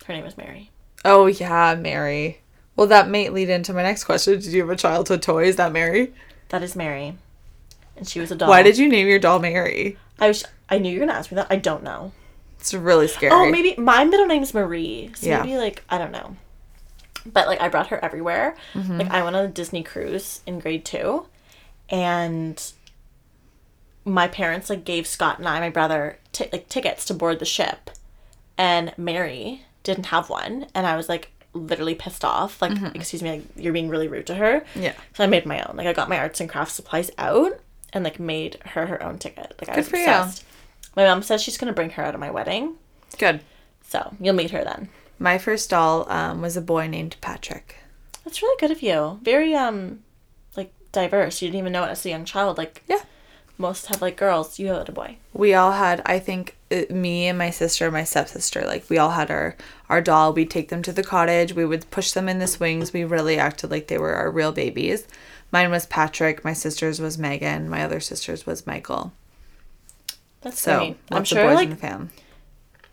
S2: Her name is Mary.
S1: Oh yeah, Mary. Well, that may lead into my next question. Did you have a childhood toy? Is that Mary?
S2: That is Mary, and she was a doll.
S1: Why did you name your doll Mary?
S2: I was? I knew you were gonna ask me that. I don't know.
S1: It's really scary.
S2: Oh, maybe my middle name's Marie. So
S1: Yeah.
S2: maybe like I don't know. But like I brought her everywhere.
S1: Mm-hmm.
S2: Like I went on a Disney cruise in grade two and my parents like gave Scott and I, my brother, t- like tickets to board the ship. And Mary didn't have one and I was like literally pissed off. Like, excuse me, like you're being really rude to her.
S1: Mm-hmm. Yeah.
S2: So I made my own. Like I got my arts and crafts supplies out and like made her her own ticket. Like I was
S1: for you.
S2: obsessed. My mom says she's gonna bring her out of my wedding.
S1: Good.
S2: So you'll meet her then.
S1: My first doll um, was a boy named Patrick.
S2: That's really good of you. Very um, like diverse. You didn't even know it as a young child. Like
S1: Yeah.
S2: most have like girls. You had a boy.
S1: we all had i think it, me and my sister and my stepsister like we all had our our doll we'd take them to the cottage we would push them in the swings we really acted like they were our real babies mine was patrick my sister's was megan my other sister's was michael
S2: That's so.
S1: so
S2: I mean, I'm
S1: lots of
S2: sure
S1: boys
S2: like
S1: in the fam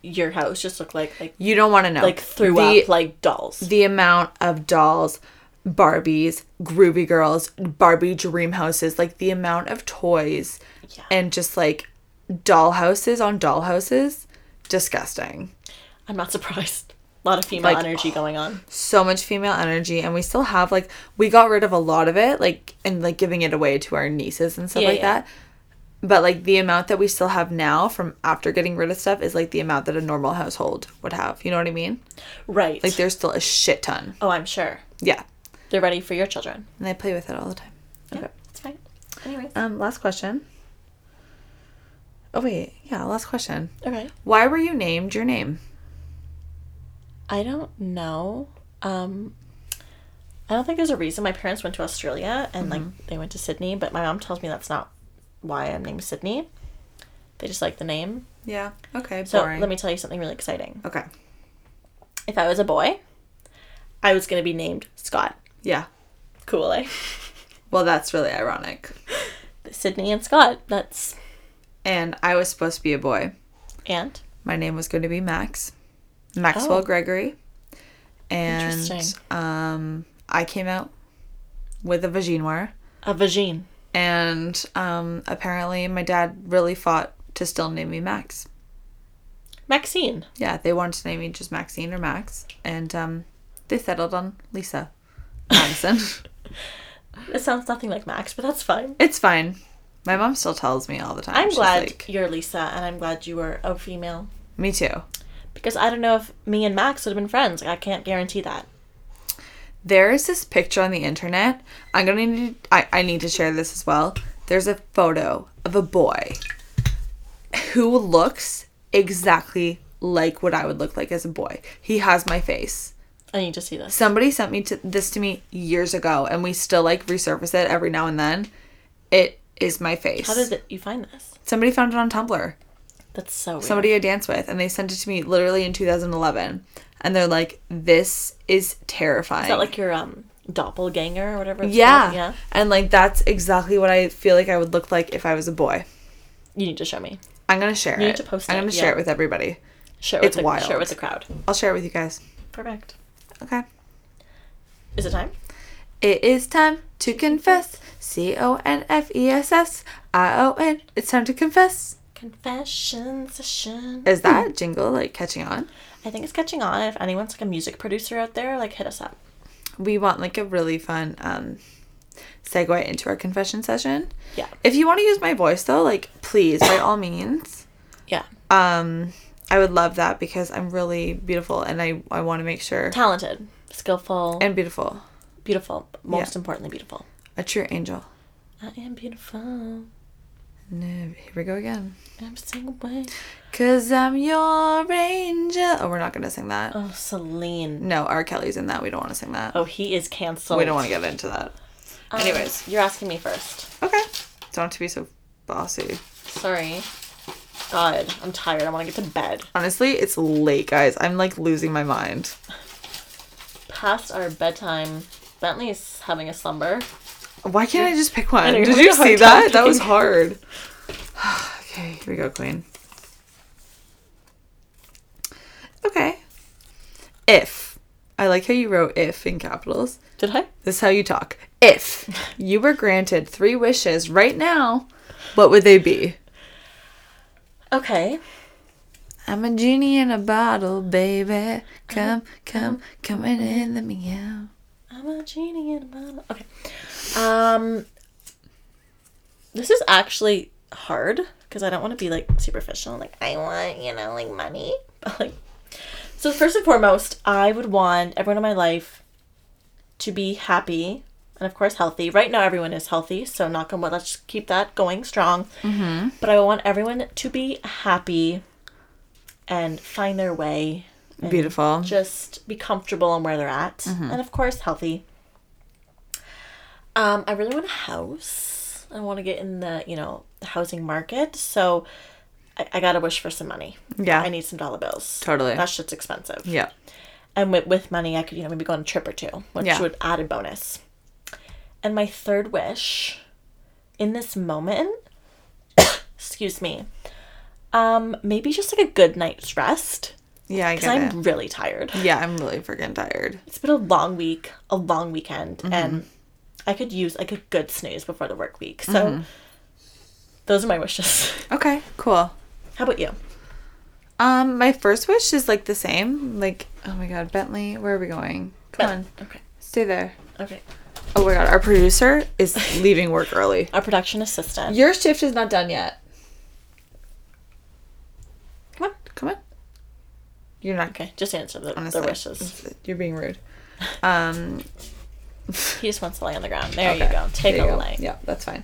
S2: your house just looked like like
S1: you don't want to know
S2: like threw
S1: the,
S2: up like dolls.
S1: the amount of dolls barbies groovy girls barbie dream houses like the amount of toys
S2: Yeah.
S1: and just like dollhouses on dollhouses disgusting
S2: I'm not surprised. A lot of female
S1: Like, oh.
S2: energy going on.
S1: so much female energy and we still have like we got rid of a lot of it like and like giving it away to our nieces and stuff
S2: Yeah,
S1: like
S2: yeah.
S1: that but like the amount that we still have now from after getting rid of stuff is like the amount that a normal household would have you know what i mean
S2: Right.
S1: like there's still a shit ton
S2: oh, I'm sure.
S1: yeah
S2: They're ready for your children.
S1: and i play with it all the time okay
S2: It's fine. Anyway.
S1: um last question oh wait yeah last question
S2: Okay.
S1: why were you named your name
S2: I don't know. Um I don't think there's a reason. My parents went to Australia and
S1: Mm-hmm.
S2: like they went to Sydney, but my mom tells me that's not why I'm named Sydney. They just like the name.
S1: yeah okay
S2: So let me tell you something really exciting.
S1: okay
S2: If I was a boy, I was gonna be named Scott.
S1: yeah
S2: Cool, eh?
S1: well that's really ironic
S2: Sydney and Scott. That's
S1: and i was supposed to be a boy
S2: and
S1: my name was going to be Max, Maxwell
S2: Oh.
S1: Gregory, and
S2: Interesting.
S1: um, I came out with a vaginoir,
S2: a vagine.
S1: and um, apparently my dad really fought to still name me Max.
S2: Maxine.
S1: Yeah, they wanted to name me just Maxine or Max, and um, they settled on Lisa Madison.
S2: It sounds nothing like Max, but that's fine.
S1: it's fine. My mom still tells me all the time.
S2: I'm
S1: She's
S2: glad
S1: like,
S2: you're Lisa, and I'm glad you were a female.
S1: me too.
S2: Because I don't know if me and Max would have been friends. Like, I can't guarantee that.
S1: There is this picture on the internet. I'm gonna need. I, I need to share this as well. There's a photo of a boy who looks exactly like what I would look like as a boy. He has my face.
S2: I need to see this.
S1: Somebody sent me to this to me years ago, and we still like resurface it every now and then. It is my face.
S2: How did it, you find this?
S1: Somebody found it on Tumblr.
S2: That's so weird.
S1: Somebody I danced with, and they sent it to me literally in 2011. And they're like, "This is terrifying."
S2: Is that like your um doppelganger or whatever? it's
S1: Yeah.
S2: called? Yeah.
S1: And like that's exactly what I feel like I would look like if I was a boy.
S2: You need to show me.
S1: I'm gonna share
S2: You
S1: it.
S2: need to post
S1: I'm
S2: it,
S1: gonna
S2: yeah.
S1: share it with everybody.
S2: Share it with
S1: It's
S2: the,
S1: wild.
S2: Share it with the crowd.
S1: I'll share it with you guys.
S2: Perfect.
S1: Okay.
S2: Is it time?
S1: It is time to confess. C O N F E S S I O N. It's time to confess.
S2: Confession session.
S1: Is that jingle like catching on?
S2: I think it's catching on. If anyone's like a music producer out there, like hit us up.
S1: We want like a really fun um segue into our confession session.
S2: Yeah.
S1: If you want to use my voice though, like please, by all means.
S2: Yeah.
S1: um i would love that because i'm really beautiful and i i want to make sure
S2: Talented, skillful,
S1: and beautiful
S2: beautiful. but Most importantly, beautiful.
S1: a true angel
S2: I am beautiful.
S1: No, here we go again
S2: I'm singing away.
S1: because i'm your angel oh we're not gonna sing that
S2: Oh, Celine.
S1: no r kelly's in that we don't want to sing that
S2: Oh, he is canceled. Um,
S1: we don't want to get into that anyways.
S2: you're asking me first.
S1: okay don't have to be so bossy
S2: Sorry. God, I'm tired. I want to get to bed.
S1: honestly it's late guys i'm like losing my mind
S2: Past our bedtime. Bentley's having a slumber.
S1: why can't i just pick one
S2: know, you're
S1: did
S2: having
S1: you
S2: a hard
S1: see
S2: time
S1: that that was
S2: picking.
S1: hard okay here we go queen Okay. If. I like how you wrote if in capitals.
S2: Did I?
S1: This is how you talk. If you were granted three wishes right now, what would they be?
S2: Okay.
S1: I'm a genie in a bottle, baby. Come, come, coming in the meow.
S2: I'm a genie in a bottle. Okay. Um, this is actually hard because I don't want to be like superficial. Like I want, you know, like money, but like. So first and foremost, I would want everyone in my life to be happy and of course healthy. Right now, everyone is healthy, so knock on wood. Let's just keep that going strong. Mm-hmm. But I want everyone to be happy and find their way
S1: Beautiful.
S2: just be comfortable in where they're at
S1: Mm-hmm.
S2: and of course healthy um i really want a house I want to get in the, you know, housing market. So I, I got to wish for some money.
S1: Yeah.
S2: I need some dollar bills.
S1: Totally.
S2: That shit's expensive.
S1: Yeah.
S2: And with, with money, I could, you know, maybe go on a trip or two, which
S1: Yeah.
S2: would add a bonus. And my third wish in this moment, excuse me, um, maybe just like a good night's rest.
S1: Yeah, I
S2: Because
S1: get
S2: I'm really tired.
S1: it. Yeah, I'm really freaking tired.
S2: It's been a long week, a long weekend,
S1: Mm-hmm.
S2: and I could use like a good snooze before the work week. So
S1: Mm-hmm.
S2: those are my wishes.
S1: Okay, cool.
S2: How about you?
S1: Um, my first wish is like the same. Like, oh my god, Bentley, where are we going? Come on,
S2: Okay.
S1: stay there.
S2: Okay.
S1: Oh my god, our producer is leaving work early.
S2: Our production assistant.
S1: Your shift is not done yet.
S2: Come on.
S1: Come on. You're not
S2: Okay, just answer the, the
S1: honestly,
S2: wishes.
S1: You're being rude. Um,
S2: He just wants to lay on the ground. There you
S1: okay.
S2: go. Take
S1: There you
S2: a
S1: go.
S2: lay.
S1: Yeah, that's fine.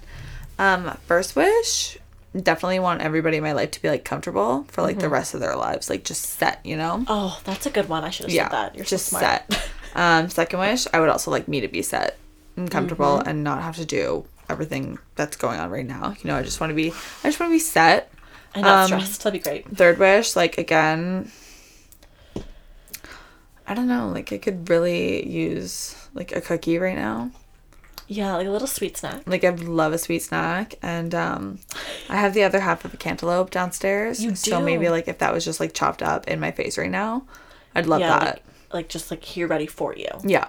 S1: Um, first wish, definitely want everybody in my life to be like comfortable for like
S2: Mm-hmm.
S1: the rest of their lives, like just set, you know.
S2: Oh, that's a good one. I should have
S1: yeah,
S2: said that. You're
S1: just
S2: so smart.
S1: set. Um, second wish, I would also like me to be set and comfortable
S2: Mm-hmm.
S1: and not have to do everything that's going on right now. You know, I just want to be, I just want to be set.
S2: And not
S1: Um,
S2: stressed. That'd be great.
S1: Third wish, like again, I don't know, like I could really use like a cookie right now.
S2: Yeah, like a little sweet snack.
S1: Like I love a sweet snack, and um, I have the other half of a cantaloupe downstairs.
S2: You
S1: so
S2: do.
S1: maybe like if that was just like chopped up in my face right now, I'd love
S2: yeah,
S1: that.
S2: Like, like just like here ready for you.
S1: yeah,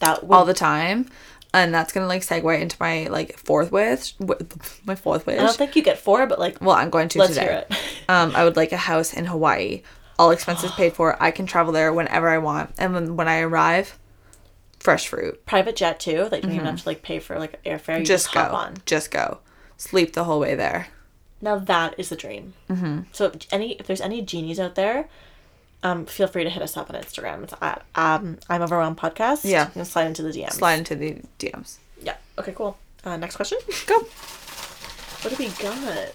S2: That would
S1: all the time, and that's gonna like segue into my like fourth wish. wi- My fourth wish.
S2: I don't think you get four, but like
S1: well, I'm going to
S2: let's
S1: today.
S2: hear it.
S1: Um, I would like a house in Hawaii, all expenses paid for. I can travel there whenever I want, and when, when I arrive, fresh fruit.
S2: Private jet too. Like you don't even have to like pay for like airfare. You
S1: Mm-hmm. Just
S2: just, hop
S1: go,
S2: on.
S1: just go, sleep the whole way there.
S2: Now that is the dream. Mm-hmm. So if any if there's any genies out there, um, feel free to hit us up on Instagram. It's at um I'm overwhelmed podcast.
S1: Yeah.
S2: You can slide into the DM.
S1: Slide into the DMs.
S2: Yeah. Okay. Cool. Uh, next question.
S1: Go.
S2: What have we got?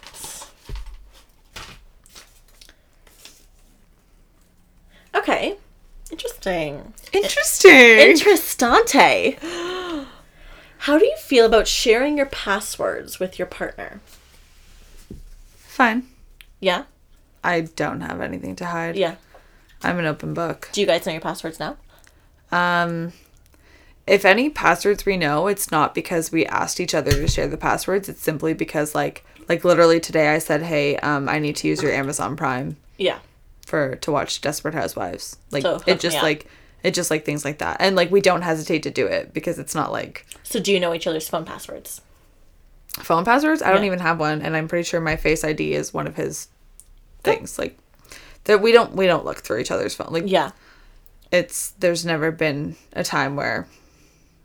S2: Okay. Interesting.
S1: Interesting.
S2: Interestante. How do you feel about sharing your passwords with your partner?
S1: Fine.
S2: Yeah.
S1: I don't have anything to hide.
S2: Yeah.
S1: I'm an open book.
S2: Do you guys know your passwords now?
S1: Um, if any passwords we know, it's not because we asked each other to share the passwords. It's simply because, like, like literally today, I said, "Hey, um, I need to use your Amazon Prime
S2: Yeah.
S1: for to watch Desperate Housewives." Like,
S2: So, hook me
S1: it just
S2: up.
S1: like it just like things like that, and like we don't hesitate to do it because it's not like
S2: So do you know each other's phone passwords?
S1: phone passwords. I don't
S2: Yeah.
S1: even have one, and I'm pretty sure my Face ID is one of his things. Like, that we don't we don't look through each other's phone. Like,
S2: Yeah.
S1: it's there's never been a time where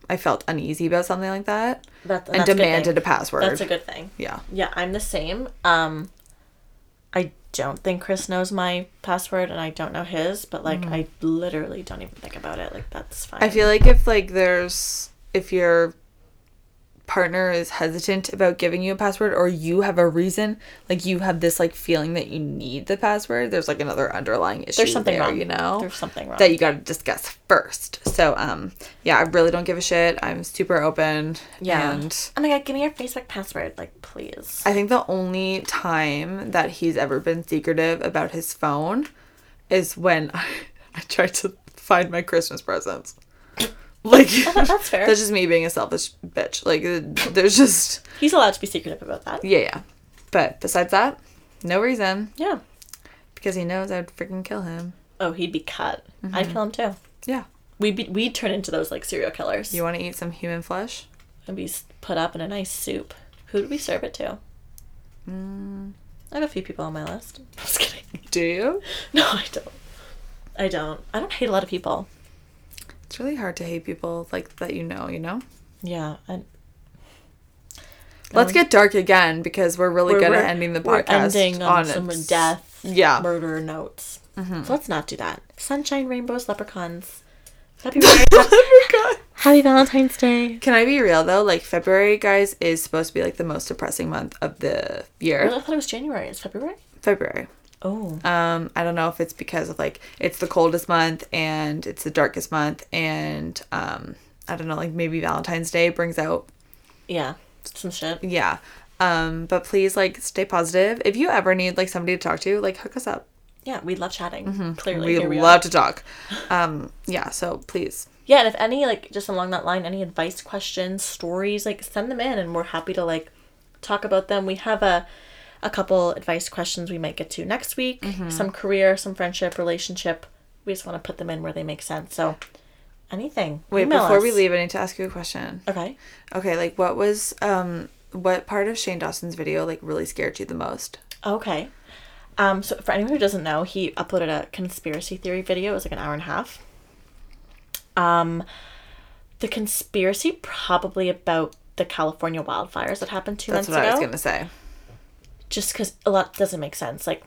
S1: I felt uneasy about something like that
S2: That's,
S1: and
S2: that's a good
S1: demanded a
S2: thing.
S1: password.
S2: That's a good thing.
S1: yeah.
S2: Yeah, I'm the same. Um I don't think Chris knows my password and I don't know his, but like I literally don't even think about it. Mm. Like that's fine.
S1: I feel like if like there's if your partner is hesitant about giving you a password or you have a reason like you have this like feeling that you need the password there's like another underlying issue
S2: there's something
S1: there,
S2: wrong.
S1: you know
S2: There's something wrong.
S1: that you got to discuss first so um yeah i really don't give a shit i'm super open
S2: yeah.
S1: and
S2: oh my god, give me your Facebook password, like please.
S1: I think the only time that he's ever been secretive about his phone is when I, I tried to find my Christmas presents. Like
S2: that's fair.
S1: That's just me being a selfish bitch. Like uh, there's just
S2: He's allowed to be secretive about that.
S1: yeah, yeah. But besides that, no reason
S2: Yeah.
S1: because he knows I'd freaking kill him.
S2: Oh, he'd be cut. I'd kill him too.
S1: Yeah.
S2: We'd be, we'd turn into those like serial killers
S1: You want to eat some human flesh?
S2: and be s- put up in a nice soup. Who do we serve it to? Mm. I have a few people on my list. Just kidding.
S1: Do you?
S2: No, I don't. I don't. I don't hate a lot of people.
S1: It's really hard to hate people like that you know, you know?
S2: Yeah, and
S1: Let's get dark again because we're really good at ending the
S2: we're
S1: podcast
S2: ending on,
S1: a
S2: some
S1: s-
S2: death,
S1: Yeah. Mm-hmm.
S2: murder notes. So let's not do that. Sunshine, rainbows, leprechauns. February.
S1: Oh
S2: Happy Valentine's Day.
S1: Can I be real though? Like February, guys, is supposed to be like the most depressing month of the year.
S2: Really, I thought it was January. It's February.
S1: February.
S2: Oh,
S1: Um, I don't know if it's because of like it's the coldest month and it's the darkest month and um I don't know, like maybe Valentine's Day brings out
S2: yeah. some shit.
S1: Yeah. Um, but please like stay positive. If you ever need like somebody to talk to, like hook us up.
S2: Yeah, we love chatting. Clearly,
S1: Mm-hmm. we
S2: here we
S1: love
S2: are.
S1: to talk. Um, yeah, so please.
S2: Yeah, and if any like just along that line, any advice, questions, stories, like send them in, and we're happy to like talk about them. We have a a couple advice questions we might get to next week.
S1: Mm-hmm.
S2: Some career, some friendship, relationship. We just want to put them in where they make sense. So anything.
S1: Wait,
S2: Email
S1: before we
S2: us.
S1: leave, I need to ask you a question.
S2: Okay.
S1: Okay, like what was um what part of Shane Dawson's video like really scared you the most?
S2: Okay. Um, so for anyone who doesn't know, he uploaded a conspiracy theory video. It was like an hour and a half. Um, the conspiracy probably about the California wildfires that happened two
S1: That's
S2: months
S1: what
S2: ago.
S1: I was gonna say.
S2: Just because a lot doesn't make sense. Like,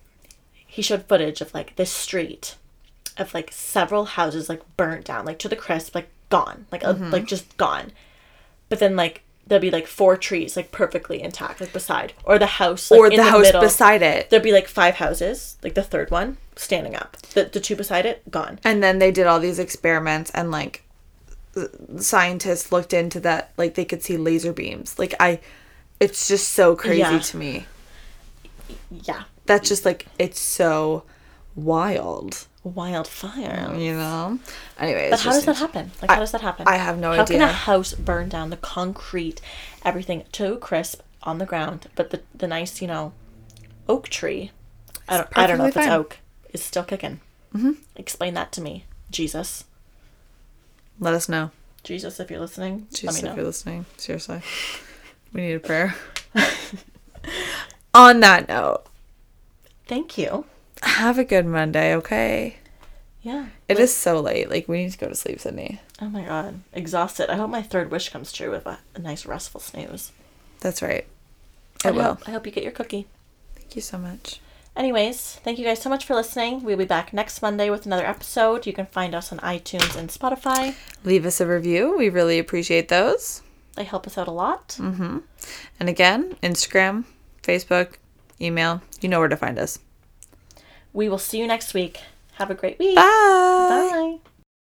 S2: he showed footage of like this street, of like several houses like burnt down, like to the crisp, like gone, like uh,
S1: Mm-hmm.
S2: like just gone. But then like there'll be like four trees like perfectly intact, like beside, or the house, like,
S1: or
S2: in
S1: the house
S2: middle
S1: beside it.
S2: there'd be like five houses, like the third one standing up. The, the two beside it, gone.
S1: And then they did all these experiments and like th- scientists looked into that like they could see laser beams. Like I it's just so crazy
S2: Yeah.
S1: to me.
S2: Yeah.
S1: That's just like it's so wild,
S2: Wildfire.
S1: you know. Anyway,
S2: Oh. But how does that happen? Like, how does that happen?
S1: I have no
S2: How can a
S1: idea.
S2: house burn down the concrete, everything to a crisp on the ground, but the, the nice, you know, oak tree, I don't, I don't know
S1: perfectly
S2: if it's
S1: fine.
S2: oak, is still kicking. Mm-hmm. Explain that to me, Jesus.
S1: Let us know.
S2: Jesus, if you're listening,
S1: Jesus,
S2: let me
S1: if
S2: know.
S1: you're listening, seriously, we need a prayer. On that note,
S2: Thank you.
S1: have a good Monday, okay?
S2: Yeah.
S1: It is so late. Like we need to go to sleep, Sydney.
S2: Oh my god. Exhausted. I hope my third wish comes true with a, a nice restful snooze.
S1: That's right.
S2: I,
S1: It will.
S2: Hope, I hope you get your cookie.
S1: Oh, Thank you so much.
S2: Anyways, thank you guys so much for listening. We'll be back next Monday with another episode. You can find us on iTunes and Spotify.
S1: Leave us a review. We really appreciate those.
S2: They help us out a lot.
S1: Mm. And again, Instagram, Facebook, email. You know where to find us.
S2: We will see you next week. Have a great week.
S1: Bye.
S2: Bye.